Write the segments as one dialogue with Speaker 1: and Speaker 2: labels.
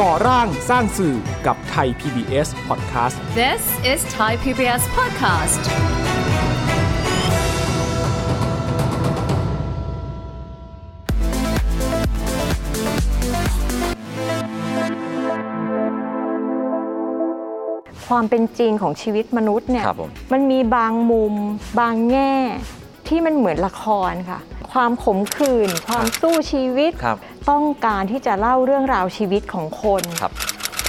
Speaker 1: ก่อร่างสร้างสื่อกับไทย PBS Podcast
Speaker 2: This is Thai PBS podcast.
Speaker 3: ความเป็นจริงของชีวิตมนุษย์เนี่ย
Speaker 4: ครับผม
Speaker 3: นมีบางมุม บางแง่ที่มันเหมือนละครค่ะ ความขมขื่นความสู้ชีวิต
Speaker 4: ครับ
Speaker 3: ต้องการที่จะเล่าเรื่องราวชีวิตของคน
Speaker 4: ครับ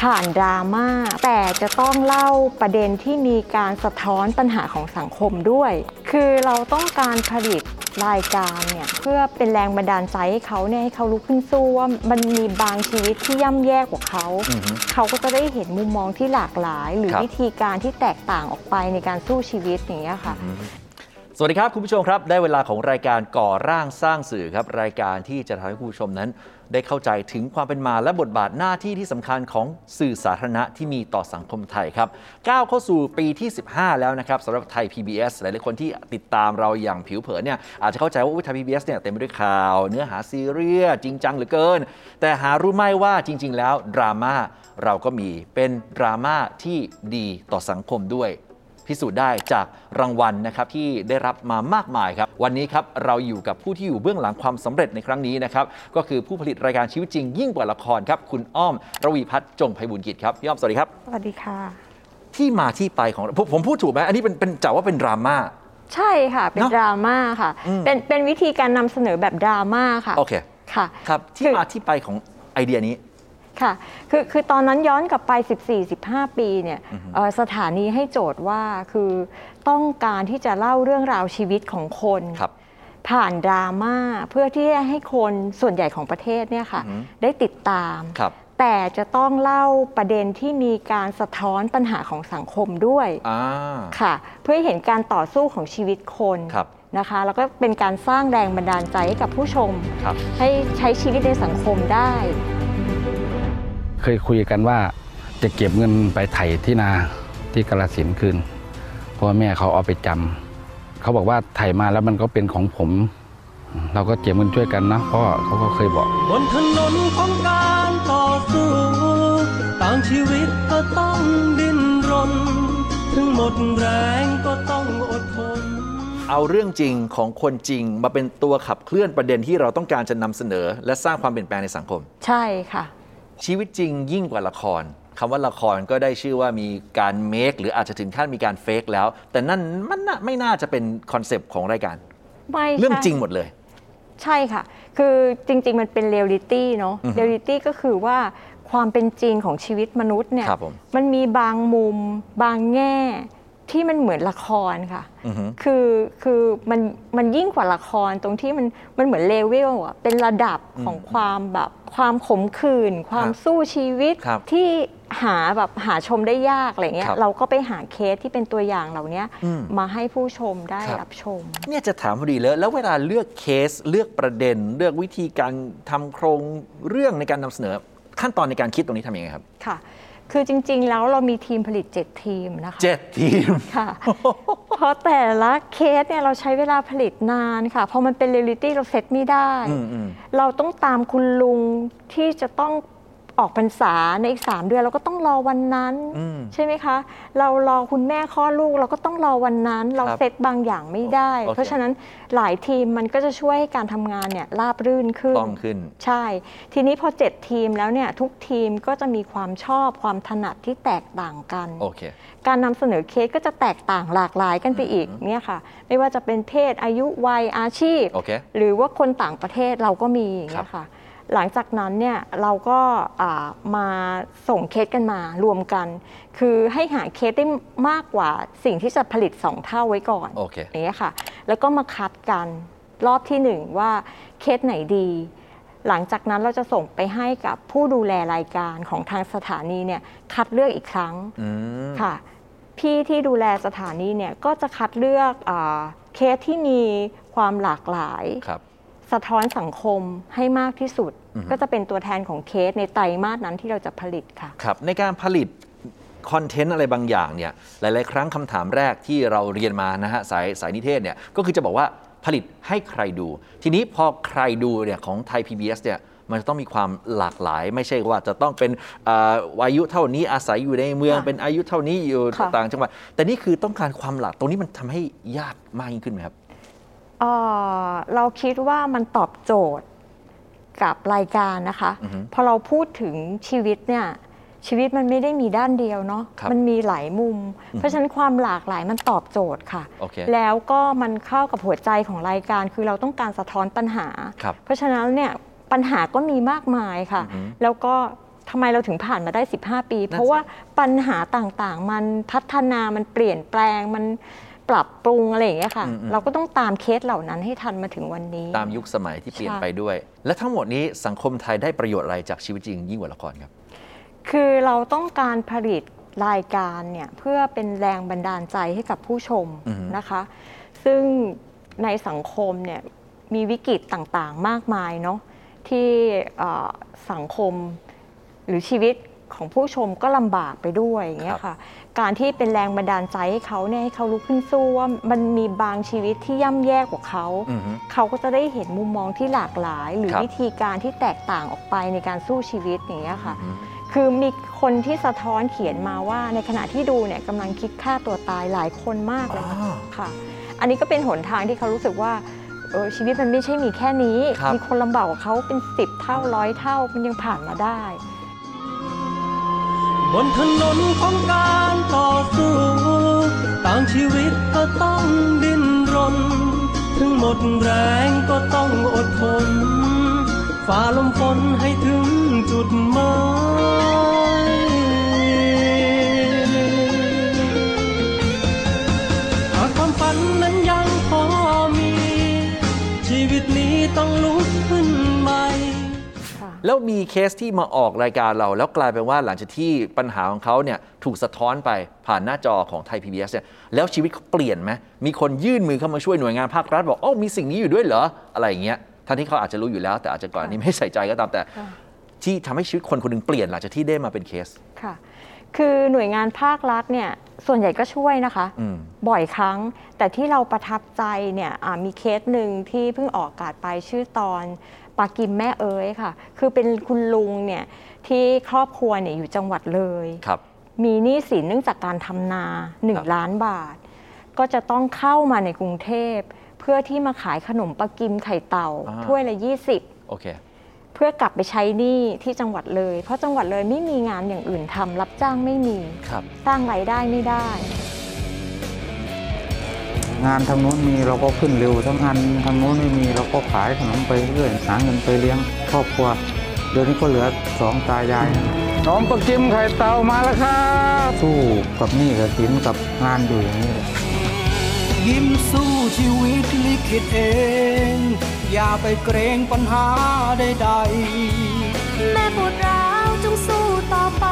Speaker 3: ผ่านดราม่าแต่จะต้องเล่าประเด็นที่มีการสะท้อนปัญหาของสังคมด้วย คือเราต้องการผลิตรายการเนี่ยเพื่อเป็นแรงบันดาลใจให้เขาเนี่ยให้เขาลุกขึ้นสู้ว่ามันมีบางชีวิตที่ย่ำแย่กว่าเขา
Speaker 4: อือฮึ
Speaker 3: เขาก็จะได้เห็นมุมมองที่หลากหลาย หรือ
Speaker 4: ครับ
Speaker 3: วิธีการที่แตกต่างออกไปในการสู้ชีวิตอย่างนี้ยค่ะ
Speaker 4: สวัสดีครับ คุณผู้ชมครับ ได้เวลาของรายการก่อร่างสร้างสื่อครับ รายการที่จะทำให้คุณผู้ชมนั้น ได้เข้าใจถึงความเป็นมาและบทบาทหน้าที่ที่สำคัญของสื่อสาธารณะที่มีต่อสังคมไทยครับก้าวเข้าสู่ปีที่ 15 แล้วนะครับสำหรับไทย PBS หลายๆคนที่ติดตามเราอย่างผิวเผินเนี่ยอาจจะเข้าใจว่าอุ๊ยไทย PBS เนี่ยเต็มไปด้วยข่าว เนื้อหาซีเรียสจริงจังเหลือเกิน แต่หารู้ไหมว่าจริง ๆ แล้วดราม่าเราก็มีเป็นดราม่าที่ดีต่อสังคมด้วย พิสูจน์ได้จากรางวัลนะครับที่ได้รับมามากมายครับ วันนี้ครับเราอยู่กับผู้ที่อยู่เบื้องหลังความสำเร็จในครั้งนี้นะครับก็คือผู้ผลิตรายการชีวิตจริงยิ่งกว่าละครครับคุณอ้อมระวีพัฒน์จงไพบุญกิจครับพี่อ้อมสวัสดีครับ
Speaker 3: สวัสดีค่ะ
Speaker 4: ที่มาที่ไปของผมผมพูดถูกไหมอันนี้เป็นเป็นจ่าว่าเป็นดราม่า
Speaker 3: ใช่ค่ะ เป็น
Speaker 4: เนอะ
Speaker 3: ดราม่าค่ะ
Speaker 4: อืม
Speaker 3: เป็นเป็นวิธีการนำเสนอแบบดราม่าค่ะ
Speaker 4: โอเค
Speaker 3: ค่ะ
Speaker 4: ครับที่มาที่ไปของไอเดียนี้
Speaker 3: ค่ะ คือคือตอนนั้นย้อนกลับไป 14-15 ปีเนี่ยเอ่อสถานีให้โจทย์ว่าคือต้องการที่จะเล่าเรื่องราวชีวิตของคน
Speaker 4: ครับ
Speaker 3: ผ่านดราม่าเพื่อที่จะให้คนส่วนใหญ่ของประเทศเนี่ยค่ะ
Speaker 4: อือหือ
Speaker 3: ได้ติดตาม
Speaker 4: ครับ
Speaker 3: แต่จะต้องเล่าประเด็นที่มีการสะท้อนปัญหาของสังคมด้วย
Speaker 4: อ่า
Speaker 3: ค่ะ เพื่อให้เห็นการต่อสู้ของชีวิตคน
Speaker 4: ครับ
Speaker 3: นะคะ แล้วก็เป็นการสร้างแรงบันดาลใจให้กับผู้ชม
Speaker 4: ครับ
Speaker 3: ให้ใช้ชีวิตในสังคมได้
Speaker 5: เคยคุยกันว่าจะเก็บเงินไปไถที่นาที่กาลสินธุ์คืนเพราะว่าแม่เขาเอาไปจำเขาบอกว่าไถมาแล้วมันก็เป็นของผม เราก็เก็บเงินช่วยกันนะพ่อเขาก็เคยบอก
Speaker 6: บนถนนของการต่อสู้ต่างชีวิตก็ต้องดิ้นรน ถึงหมดแรงก็ต้องอดทน
Speaker 4: เอาเรื่องจริงของคนจริงมาเป็นตัวขับเคลื่อนประเด็นที่เราต้องการจะนำเสนอ และสร้างความเปลี่ยนแปลงในสังคม
Speaker 3: ใช่ค่ะ
Speaker 4: ชีวิตจริงยิ่งกว่าละครคำว่าละครก็ได้ชื่อว่ามีการเมคหรืออาจจะถึงขั้นมีการเฟกแล้ว แต่นั่นมันน่ะไม่น่าจะเป็นคอนเซปต์ของรายการ
Speaker 3: ไม่
Speaker 4: เรื่อง
Speaker 3: ใช่
Speaker 4: จริงหมดเลย
Speaker 3: ใช่ค่ะ คือจริง ๆ มันเป็นเรียลลิตี้เนาะ
Speaker 4: อือฮึ
Speaker 3: เรียลลิตี้ก็คือว่าความเป็นจริงของชีวิตมนุษย์เนี่ย
Speaker 4: ครับผม
Speaker 3: นมีบางมุม บางแง่ที่มันเหมือนละครค่ะ
Speaker 4: อือฮึ
Speaker 3: คือคือมันมันยิ่งกว่าละครตรงที่มันมันเหมือนเลเวลอะเป็นระดับของความแบบความขมขื่นความ
Speaker 4: ครับ
Speaker 3: สู้ชีวิต
Speaker 4: ครับ
Speaker 3: ที่หาแบบหาชมได้ยากอะไรเงี้
Speaker 4: ค
Speaker 3: ย
Speaker 4: รับ
Speaker 3: เราก็ไปหาเคสที่เป็นตัวอย่างเหล่านี้
Speaker 4: อืม
Speaker 3: มาให้ผู้ชมได้
Speaker 4: ครับ
Speaker 3: รับชม
Speaker 4: เนี่ยจะถามพอดีเลยแล้วเวลาเลือกเคสเลือกประเด็น เลือกวิธีการทำโครงเรื่องในการนำเสนอ ขั้นตอนในการคิดตรงนี้ทำยังไงครับ
Speaker 3: ค่ะ คือจริงๆ แล้วเรามีทีมผลิต 7 ทีมนะคะ
Speaker 4: เจ็ดทีม
Speaker 3: ค่ะ เพราะแต่ละเคสเนี่ยเราใช้เวลาผลิตนานค่ะ เพราะมันเป็นเรียลลิตี้เราเซ็ตไม่ได้
Speaker 4: อืมอืม
Speaker 3: เราต้องตามคุณลุงที่จะต้องออกพรรษาในอีก 3 เดือน เราก็ต้องรอวันนั้น
Speaker 4: อืม
Speaker 3: ใช่ไหมคะ เรารอคุณแม่คลอดลูกเราก็ต้องรอวันนั้น เรา
Speaker 4: ครับ
Speaker 3: เซตบางอย่างไม่ได้
Speaker 4: โอเค
Speaker 3: เพราะฉะนั้นหลายทีมมันก็จะช่วยให้การทำงานเนี่ยราบรื่นขึ้น
Speaker 4: ต้องขึ้น
Speaker 3: ใช่ ทีนี้พอ 7 ทีมแล้วเนี่ยทุกทีมก็จะมีความชอบความถนัดที่แตกต่างกัน
Speaker 4: โอเค
Speaker 3: การนำเสนอเคสก็จะแตกต่างหลากหลายกันไปอีกเนี่ยค่ะ ไม่ว่าจะเป็นเพศอายุวัยอาชีพ
Speaker 4: โอเค
Speaker 3: หรือว่าคนต่างประเทศเราก็มีอย่าง
Speaker 4: ครั
Speaker 3: เงี้
Speaker 4: บ
Speaker 3: ยค่ะ หลังจากนั้นเนี่ยเราก็อ่ามาส่งเคสกันมารวมกัน คือให้หาเคสได้มากกว่าสิ่งที่จะผลิต 2 เท่าไว้ก่อน
Speaker 4: โอเค
Speaker 3: ย่างเงี้ยค่ะ แล้วก็มาคัดกันรอบทีหนึ่1 ว่าเคสไหนดี หลังจากนั้นเราจะส่งไปให้กับผู้ดูแลรายการของทางสถานีเนี่ยคัดเลือกอีกครั้ง
Speaker 4: อืม
Speaker 3: ค่ะพี่ที่ดูแลสถานีเนี่ยก็จะคัดเลือกอาเคสที่มีความหลากหลาย
Speaker 4: ครับ
Speaker 3: สะท้อนสังคมให้มากที่สุด
Speaker 4: อือฮึ
Speaker 3: ก็จะเป็นตัวแทนของเคสในไตรมาสนั้นที่เราจะผลิตค่ะ
Speaker 4: ครับในการผลิตคอนเทนต์อะไรบางอย่างเนี่ยหลาย ๆ ครั้งคำถามแรกที่เราเรียนมานะฮะสายสายนิเทศเนี่ยก็คือจะบอกว่าผลิตให้ใครดู ทีนี้พอใครดูเนี่ยของไทย PBS เนี่ย มันจะต้องมีความหลากหลาย ไม่ใช่ว่าจะต้องเป็นอ่าอายุเท่านี้อาศัยอยู่ในเมือง
Speaker 3: ค่ะ
Speaker 4: เป็นอายุเท่านี้อยู่
Speaker 3: ค่ะ
Speaker 4: ต่างจังหวัดแต่นี่คือต้องการความหลากตรงนี้มันทำให้ยากมากยิ่งขึ้นไหมครับ
Speaker 3: เอ่อเราคิดว่ามันตอบโจทย์กับรายการนะคะ
Speaker 4: อือฮึ
Speaker 3: พอเราพูดถึงชีวิตเนี่ยชีวิตมันไม่ได้มีด้านเดียวเนาะ
Speaker 4: ครับ
Speaker 3: มันมีหลายมุม เพราะฉะนั้นความหลากหลายมันตอบโจทย์ค่ะ
Speaker 4: โอเค
Speaker 3: แล้วก็มันเข้ากับหัวใจของรายการ คือเราต้องการสะท้อนปัญหา
Speaker 4: ครับ
Speaker 3: เพราะฉะนั้นเนี่ยปัญหาก็มีมากมายค่ะ
Speaker 4: อือฮึ
Speaker 3: แล้วก็ทำไมเราถึงผ่านมาได้ 15 ปี
Speaker 4: นั่น
Speaker 3: เพราะ
Speaker 4: สิ
Speaker 3: ว่าปัญหาต่างๆ มันพัฒนามันเปลี่ยนแปลงมันปรับปรุงอะไรอย่างเงี้ยค่ะ
Speaker 4: อืมอืม
Speaker 3: เราก็ต้องตามเคสเหล่านั้นให้ทันมาถึงวันนี้
Speaker 4: ตามยุคสมัยที่เปลี่ยน
Speaker 3: ใช่
Speaker 4: ไปด้วย และทั้งหมดนี้สังคมไทยได้ประโยชน์อะไรจากชีวิตจริงยิ่งกว่าละครครับ
Speaker 3: คือเราต้องการผลิตรายการเนี่ยเพื่อเป็นแรงบันดาลใจให้กับผู้ชม
Speaker 4: อือฮึ
Speaker 3: นะคะ ซึ่งในสังคมเนี่ยมีวิกฤตต่างๆ มากมายเนาะที่เอ่อสังคมหรือชีวิตของผู้ชมก็ลำบากไปด้วยอย่างเงี้
Speaker 4: ค
Speaker 3: ย
Speaker 4: รับ
Speaker 3: ค่ะ การที่เป็นแรงบันดาลใจให้เขาเนี่ยให้เขาลุกขึ้นสู้ว่ามันมีบางชีวิตที่ย่ำแย่กว่าเขา
Speaker 4: อือฮึ
Speaker 3: เขาก็จะได้เห็นมุมมองที่หลากหลาย หรือ
Speaker 4: ครับ
Speaker 3: วิธีการที่แตกต่างออกไปในการสู้ชีวิตอย่างเงี้ยค่ะ
Speaker 4: อืม
Speaker 3: คือมีคนที่สะท้อนเขียนมาว่าในขณะที่ดูเนี่ยกำลังคิดฆ่าตัวตายหลายคนมากเลยนะ
Speaker 4: อ๋อ
Speaker 3: ค่ะ อันนี้ก็เป็นหนทางที่เขารู้สึกว่าเออชีวิตมันไม่ใช่มีแค่นี้
Speaker 4: ครับ
Speaker 3: มีคนลำบากกว่าเขาเป็นสิบเท่าร้อยเท่ามันยังผ่านมาได้
Speaker 6: บนถนนของการต่อสู้ ต่างชีวิตก็ต้องดิ้นรน ถึงหมดแรงก็ต้องอดทน ฝ่าลมฝนให้ถึงจุดหมาย หากความฝันนั้นยังพอมี ชีวิตนี้ต้องลุกขึ้นใหม่
Speaker 3: ค่ะ
Speaker 4: แล้วมีเคสที่มาออกรายการเรา แล้วกลายเป็นว่าหลังจากที่ปัญหาของเขาเนี่ยถูกสะท้อนไปผ่านหน้าจอของไทย PBS เนี่ยแล้วชีวิตเขาเปลี่ยนไหมมีคนยื่นมือเข้ามาช่วยหน่วยงานภาครัฐบอกโอ้ามีสิ่งนี้อยู่ด้วยเหรอ อะไรอย่างเงี้ยทั้งที่เขาอาจจะรู้อยู่แล้วแต่อาจจะก่อนอันนี้ไม่ใส่ใจก็ตามแต่
Speaker 3: ค่ะ
Speaker 4: ที่ทำให้ชีวิตคนคนหนึงเปลี่ยนหลังจากที่ได้มาเป็นเคส
Speaker 3: ค่ะ คือหน่วยงานภาครัฐเนี่ยส่วนใหญ่ก็ช่วยนะคะ
Speaker 4: อืม
Speaker 3: บ่อยครั้ง แต่ที่เราประทับใจเนี่ยอ่ามีเคสหนึ่งที่เพิ่งออกอากาศไปชื่อตอนปากิมแม่เอ๋ยค่ะ คือเป็นคุณลุงเนี่ยที่ครอบครัวเนี่ยอยู่จังหวัดเลย
Speaker 4: ครับ
Speaker 3: มีหนี้สินเนื่องจากการทำนา
Speaker 4: ครับ
Speaker 3: 1 ล้านบาท ก็จะต้องเข้ามาในกรุงเทพ เพื่อที่มาขายขนมปากิมไข่เต่า
Speaker 4: อ่า
Speaker 3: ถ้วยละ 20
Speaker 4: โอเค
Speaker 3: เพื่อกลับไปใช้หนี้ที่จังหวัดเลย เพราะจังหวัดเลยไม่มีงานอย่างอื่นทำรับจ้างไม่มี
Speaker 4: ครับ
Speaker 3: สร้างรายได้ไม่ได้
Speaker 7: งานทางโน้นมีเราก็ขึ้นเร็วทั้งงานทางโน้นไม่มีเราก็ขายขนมไปเรื่อยหาเงินไปเลี้ยงครอบครัว เดี๋ยวนี้ก็เหลือสองตายาย
Speaker 5: น้องประกิมไข่เตามาแล้วครับ
Speaker 7: สู้กับหนี้กับสินกับงานอยู่อย่างนี้แหละ
Speaker 6: ยิ้มสู้ชีวิตลิขิตเอง อย่าไปเกรงปัญหาใด
Speaker 2: แม่ปวดร้าวจงสู้ต่อไป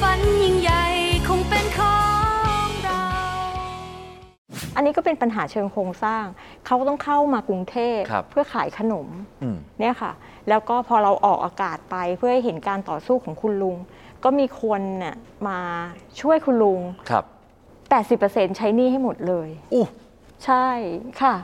Speaker 2: ฝันยิ่งใหญ่คงเป็นของเรา
Speaker 3: อันนี้ก็เป็นปัญหาเชิงโครงสร้าง เขาต้องเข้ามากรุงเทพ
Speaker 4: ครับ
Speaker 3: เพื่อขายขนม
Speaker 4: อืม
Speaker 3: เนี่ยค่ะ แล้วก็พอเราออกอากาศไปเพื่อให้เห็นการต่อสู้ของคุณลุง ก็มีคนน่ะมาช่วยคุณลุง
Speaker 4: ครับ
Speaker 3: 80%ใช้หนี้ให้หมดเลย
Speaker 4: อู้
Speaker 3: ใช่ค่ะ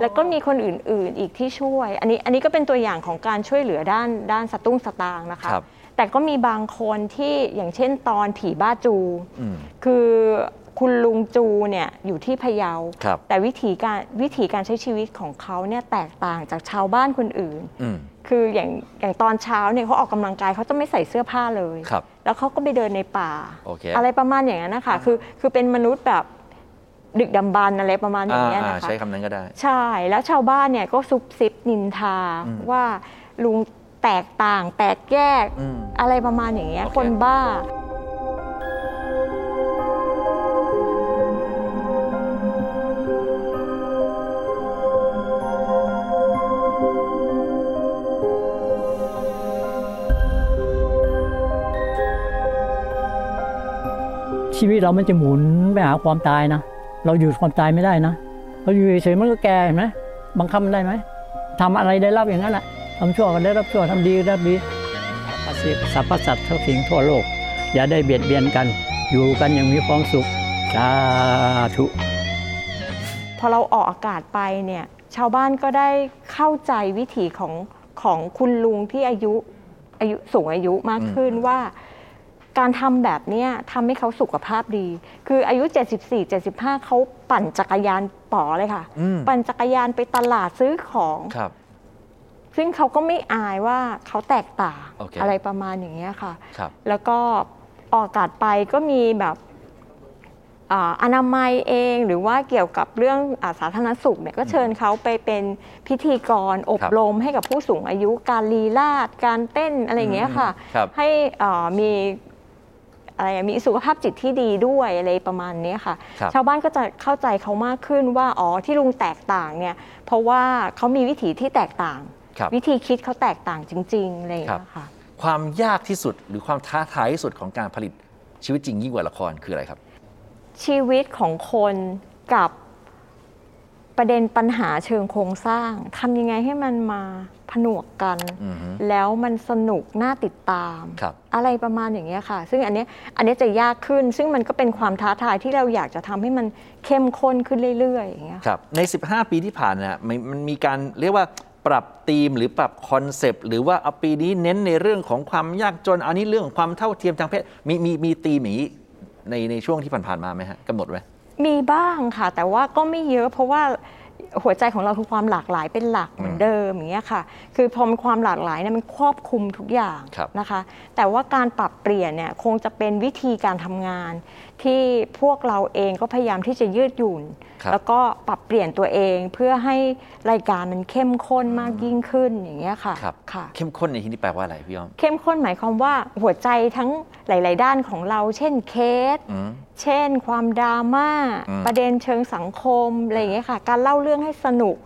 Speaker 3: แล้วก็มีคนอื่นๆ อีกที่ช่วย อันนี้อันนี้ก็เป็นตัวอย่างของการช่วยเหลือด้านด้านสตุ้งสตางค์นะคะ
Speaker 4: ครับ
Speaker 3: แต่ก็มีบางคนที่อย่างเช่นตอนผีบ้าจู
Speaker 4: อืม
Speaker 3: คือคุณลุงจูเนี่ยอยู่ที่พะเยา
Speaker 4: ครับ
Speaker 3: แต่วิธีการวิธีการใช้ชีวิตของเขาเนี่ยแตกต่างจากชาวบ้านคนอื่น
Speaker 4: อืม
Speaker 3: คืออย่างอย่างตอนเช้าเนี่ยเขาออกกำลังกายเขาจะไม่ใส่เสื้อผ้าเลย
Speaker 4: ครับ
Speaker 3: แล้วเขาก็ไปเดินในป่า
Speaker 4: โอเค
Speaker 3: อะไรประมาณอย่างนั้นนะคะคือคือเป็นมนุษย์แบบดึกดำบรรพ์อะไรประมาณอย่างเงี้ย
Speaker 4: า
Speaker 3: นะ
Speaker 4: ๆ
Speaker 3: คะ
Speaker 4: ใช้คำนั้นก็ได้
Speaker 3: ใช่แล้วชาวบ้านเนี่ยก็ซุบซิบนินทา
Speaker 4: อืม
Speaker 3: ว่าลุงแตกต่าง แตกแยก
Speaker 4: อืม
Speaker 3: อะไรประมาณอย่างเงี้ย
Speaker 4: โอเค
Speaker 3: คนบ้า
Speaker 8: ชีวิตเรามันจะหมุนไปหาความตายนะ เราหยุดความตายไม่ได้นะ เราอยู่เฉยๆมันก็แก่เห็นไหมบังคับมันได้ไหมทำอะไรได้รับอย่างนั้นแหละทำชั่วก็ได้รับชั่วทำดีก็ได้รับดีสรรพสิทธิ์สรรพสัตว์ทั้งสิ่งทั่วโลก อย่าได้เบียดเบียนกัน อยู่กันอย่างมีความสุขสาธุ
Speaker 3: พอเราออกอากาศไปเนี่ยชาวบ้านก็ได้เข้าใจวิถีของ ของคุณลุงที่อายุอายุสูงอายุมากขึ้นว่า การทำแบบเนี้ยทำให้เขาสุขภาพดี คืออายุ 74 75 เขาปั่นจักรยานป๋อเลยค่ะ
Speaker 4: อืม
Speaker 3: ปั่นจักรยานไปตลาดซื้อของ
Speaker 4: ครับ
Speaker 3: ซึ่งเขาก็ไม่อายว่าเขาแตกต่าง
Speaker 4: โอเค
Speaker 3: อะไรประมาณอย่างเงี้ยค่ะ
Speaker 4: ครับ
Speaker 3: แล้วก็ออกอากาศไปก็มีแบบอ่าอนามัยเองหรือว่าเกี่ยวกับเรื่องอาสาธารณสุขเนี่ยก็เชิญเขาไปเป็นพิธีกรอบรมให้กับผู้สูงอายุการลีลาดการเต้นอะไรอย่างเงี้ยค่ะ
Speaker 4: ครับ
Speaker 3: ให้เอ่อมีอะไรอะมีสุขภาพจิตที่ดีด้วยอะไรประมาณเนี้ยค่ะ
Speaker 4: ครับ
Speaker 3: ชาวบ้านก็จะเข้าใจเขามากขึ้นว่าอ๋อที่ลุงแตกต่างเนี่ยเพราะว่าเขามีวิถีที่แตกต่าง
Speaker 4: ครับ
Speaker 3: วิธีคิดเขาแตกต่างจริงๆอะไรอย่างเงี้ยค่ะ
Speaker 4: ความยากที่สุดหรือความท้าทายที่สุดของการผลิตชีวิตจริงยิ่งกว่าละครคืออะไรครับ
Speaker 3: ชีวิตของคนกับประเด็นปัญหาเชิงโครงสร้างทำยังไงให้มันมาผนวกกัน
Speaker 4: อือฮึ
Speaker 3: แล้วมันสนุกน่าติดตาม
Speaker 4: ครับ
Speaker 3: อะไรประมาณอย่างเงี้ยค่ะ ซึ่งอันเนี้ยอันเนี้ยจะยากขึ้น ซึ่งมันก็เป็นความท้าทายที่เราอยากจะทำให้มันเข้มข้นขึ้นเรื่อยๆอย่างเงี้ยค่ะ
Speaker 4: ครับ ใน 15 ปีที่ผ่านนะมันมันมีการเรียกว่าปรับธีมหรือปรับคอนเซปต์หรือว่าเอาปีนี้เน้นในเรื่องของความยากจน อันนี้เรื่องของความเท่าเทียมทางเพศ มีมีมีธีมอย่างนี้ในในช่วงที่ผ่านๆมาไหมฮะกำหนดไว้
Speaker 3: มีบ้างค่ะ แต่ว่าก็ไม่เยอะเพราะว่าหัวใจของเราคือความหลากหลายเป็นหลักเหมือนเดิมอย่างเงี้ยค่ะ คือพอมันความหลากหลายเนี่ยมันครอบคลุมทุกอย่าง
Speaker 4: ครับ
Speaker 3: นะคะ แต่ว่าการปรับเปลี่ยนเนี่ยคงจะเป็นวิธีการทำงาน ที่พวกเราเองก็พยายามที่จะยืดหยุ่น
Speaker 4: ครับ
Speaker 3: แล้วก็ปรับเปลี่ยนตัวเองเพื่อให้รายการมันเข้มข้นมากยิ่งขึ้นอย่างเงี้ยค่ะ
Speaker 4: ครับ
Speaker 3: ค่ะ
Speaker 4: เข้มข้นในที่นี้แปลว่าอะไรพี่ยอม
Speaker 3: เข้มข้นหมายความว่าหัวใจทั้งหลาย ๆ ด้านของเรา เช่นเคส
Speaker 4: อืม
Speaker 3: เช่น ความดราม่า
Speaker 4: อืม
Speaker 3: ประเด็นเชิงสังคมอะไรอย่างเงี้ยค่ะ การเล่าเรื่องให้สนุก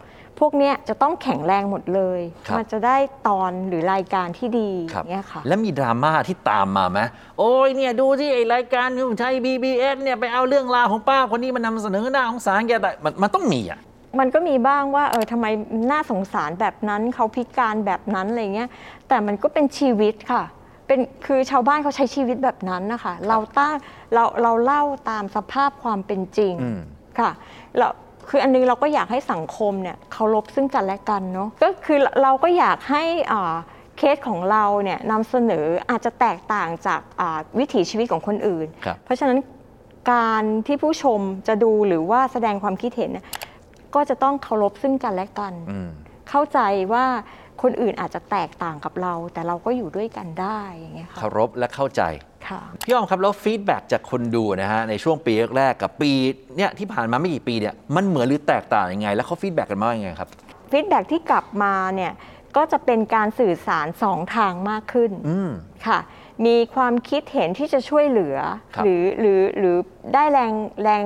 Speaker 3: พวกเนี้ยจะต้องแข็งแรงหมดเลย มันจะได้ตอนหรือรายการที่ดี
Speaker 4: ครับ
Speaker 3: เงี้ยค่ะ
Speaker 4: แล้วมีดราม่าที่ตามมาไหมโอ้ยเนี่ยดูที่ไอรายการของไทย BBS เนี่ยไปเอาเรื่องราวของป้าคนนี้มานำเสนอหน้าของสารแกแต่มันมันต้องมีอ่ะ
Speaker 3: มันก็มีบ้างว่าเออทำไมน่าสงสารแบบนั้นเขาพิการแบบนั้นอะไรเงี้ยแต่มันก็เป็นชีวิตค่ะ เป็นคือชาวบ้านเขาใช้ชีวิตแบบนั้นนะคะเราตั้งเราเราเล่าตามสภาพความเป็นจริง
Speaker 4: อืม
Speaker 3: ค่ะเราคืออันนึงเราก็อยากให้สังคมเนี่ยเคารพซึ่งกันและกันเนาะก็คือเราก็อยากให้อ่าเคสของเราเนี่ยนำเสนออาจจะแตกต่างจากอ่าวิถีชีวิตของคนอื่น
Speaker 4: ครับ
Speaker 3: เพราะฉะนั้นการที่ผู้ชมจะดูหรือว่าแสดงความคิดเห็นเนี่ยก็จะต้องเคารพซึ่งกันและกัน
Speaker 4: อืม
Speaker 3: เข้าใจว่าคนอื่นอาจจะแตกต่างกับเรา แต่เราก็อยู่ด้วยกันได้อย่างเงี้ยค่ะ
Speaker 4: เคารพและเข้าใจ
Speaker 3: ค่ะ
Speaker 4: พี่อ้อมครับแล้วฟีดแบ็กจากคนดูนะฮะในช่วงปีแรกๆกับปีเนี่ยที่ผ่านมาไม่กี่ปีเนี่ยมันเหมือนหรือแตกต่างยังไง แล้วเขาฟีดแบ็กกันมายังไงครับ
Speaker 3: ฟีดแบ็กที่กลับมาเนี่ยก็จะเป็นการสื่อสารสองทางมากขึ้น
Speaker 4: อืม
Speaker 3: ค่ะ มีความคิดเห็นที่จะช่วยเหลือ
Speaker 4: ครับ
Speaker 3: หรือหรือหรือได้แรงแรง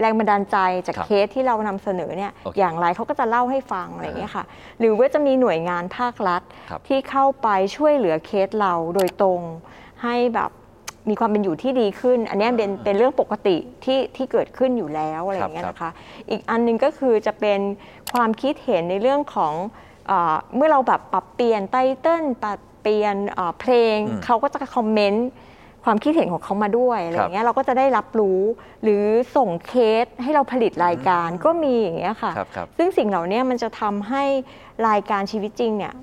Speaker 3: แรงบันดาลใจจาก
Speaker 4: ครับ
Speaker 3: เคสที่เรานำเสนอเนี่ย
Speaker 4: โอเค
Speaker 3: อย่างไรเขาก็จะเล่าให้ฟังอะไรอย่างเงี้ยค่ะ หรือว่าจะมีหน่วยงานภาครัฐ
Speaker 4: ครับ
Speaker 3: ที่เข้าไปช่วยเหลือเคสเราโดยตรงให้แบบมีความเป็นอยู่ที่ดีขึ้น อันเนี้ยเป็นเป็นเรื่องปกติที่ที่เกิดขึ้นอยู่แล้วอะไรอย่างเงี้ย
Speaker 4: ครับ
Speaker 3: นะคะ อีกอันหนึงก็คือจะเป็นความคิดเห็นในเรื่องของเอ่อเมื่อเราแบบปรับเปลี่ยนไตเติ้ลปรับเปลี่ยนเอ่อเพลง
Speaker 4: อืม
Speaker 3: เขาก็จะคอมเมนต์ความคิดเห็นของเขามาด้วยอะไรอย่างเงี้ยเราก็จะได้รับรู้หรือส่งเคสให้เราผลิตรายการก็มีอย่างเงี้ยค่ะ
Speaker 4: ครับครับ
Speaker 3: ซึ่งสิ่งเหล่านี้มันจะทำให้รายการชีวิตจริงเนี่ย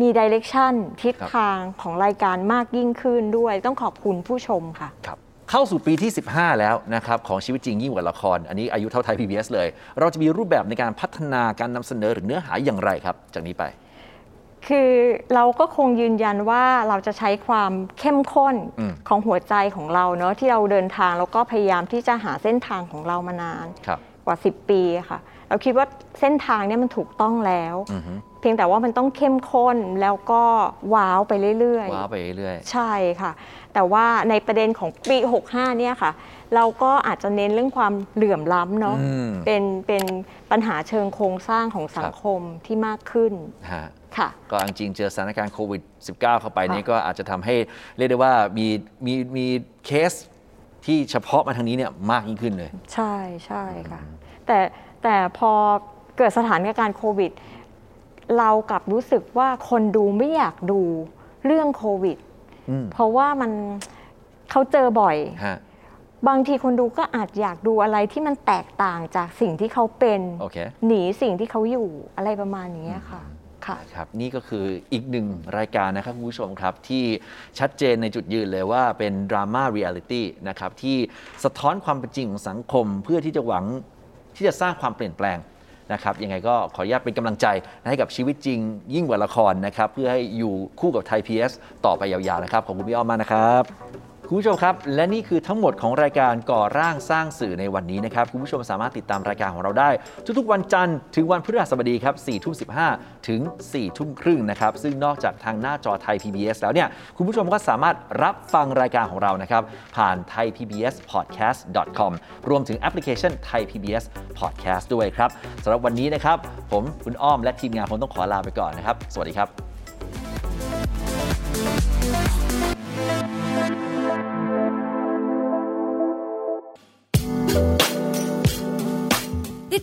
Speaker 3: มีดิเรกชันทิศ
Speaker 4: ครับ
Speaker 3: ทางของรายการมากยิ่งขึ้นด้วย ต้องขอบคุณผู้ชมค่ะ
Speaker 4: ครับเข้าสู่ปีที่ 15 แล้วนะครับของชีวิตจริงยิ่งกว่าละคร อันนี้อายุเท่าไทย PBS เลย เราจะมีรูปแบบในการพัฒนาการนำเสนอหรือเนื้อหาอย่างไรครับ จากนี้ไป
Speaker 3: คือเราก็คงยืนยันว่าเราจะใช้ความเข้มข้น
Speaker 4: อืม
Speaker 3: ของหัวใจของเราเนาะที่เราเดินทางแล้วก็พยายามที่จะหาเส้นทางของเรามานาน
Speaker 4: ครับ
Speaker 3: กว่า 10 ปีค่ะ เราคิดว่าเส้นทางเนี่ยมันถูกต้องแล้ว
Speaker 4: อือฮึ
Speaker 3: เพียงแต่ว่ามันต้องเข้มข้นแล้วก็ว้าวไปเรื่อย
Speaker 4: ว้าวไปเรื่อย
Speaker 3: ใช่ค่ะ แต่ว่าในประเด็นของปี 65 เนี่ยค่ะ เราก็อาจจะเน้นเรื่องความเหลื่อมล้ำเนาะ
Speaker 4: อืม
Speaker 3: เป็นเป็นปัญหาเชิงโครงสร้างของสัง
Speaker 4: ครับ
Speaker 3: คมที่มากขึ้น
Speaker 4: ๆฮะ
Speaker 3: ค่ะ
Speaker 4: ก็จริงๆเจอสถานการณ์โควิด -19 เข้าไปนี่
Speaker 3: ค่ะ
Speaker 4: ก็อาจจะทำให้เรียกได้ว่ามีมีมีเคสที่เฉพาะมาทางนี้เนี่ยมากยิ่งขึ้นเลย
Speaker 3: ใช่ใช่ค่ะ แต่แต่พอเกิดสถานการณ์โควิด เรากลับรู้สึกว่าคนดูไม่อยากดูเรื่องโควิด
Speaker 4: อืม
Speaker 3: เพราะว่ามันเขาเจอบ่อย
Speaker 4: ฮะ
Speaker 3: บางทีคนดูก็อาจอยากดูอะไรที่มันแตกต่างจากสิ่งที่เขาเป็น
Speaker 4: โอเค
Speaker 3: หนีสิ่งที่เขาอยู่อะไรประมาณนี้ค่ะ ค่ะ
Speaker 4: ครับนี่ก็คืออีกหนึ่งรายการนะครับคุณผู้ชมครับ ที่ชัดเจนในจุดยืนเลยว่าเป็นดราม่าเรียลิตี้นะครับที่สะท้อนความเป็นจริงของสังคม เพื่อที่จะหวังที่จะสร้างความเปลี่ยนแปลงนะครับยังไงก็ขออนุญาตเป็นกำลังใจให้กับชีวิตจริง ยิ่งกว่าละครนะครับเพื่อให้อยู่คู่กับไทย PS ต่อไปยาวๆนะครับขอบคุณพี่อ้อมมากนะครับ คุณผู้ชมครับ และนี่คือทั้งหมดของรายการก่อร่างสร้างสื่อในวันนี้นะครับ คุณผู้ชมสามารถติดตามรายการของเราได้ ทุกๆวันจันทร์ถึงวันพฤหัสบดีครับ4ทุ่ม15 ถึง4ทุ่มครึ่งนะครับ ซึ่งนอกจากทางหน้าจอไทย PBS แล้วเนี่ย คุณผู้ชมก็สามารถรับฟังรายการของเรานะครับ ผ่าน thaipbspodcast.com รวมถึงแอปพลิเคชัน Thai PBS Podcast ด้วยครับสำหรับวันนี้นะครับ ผมคุณอ้อมและทีมงานผมต้องขอลาไปก่อนนะครับ สวัสดีครับ
Speaker 9: ติด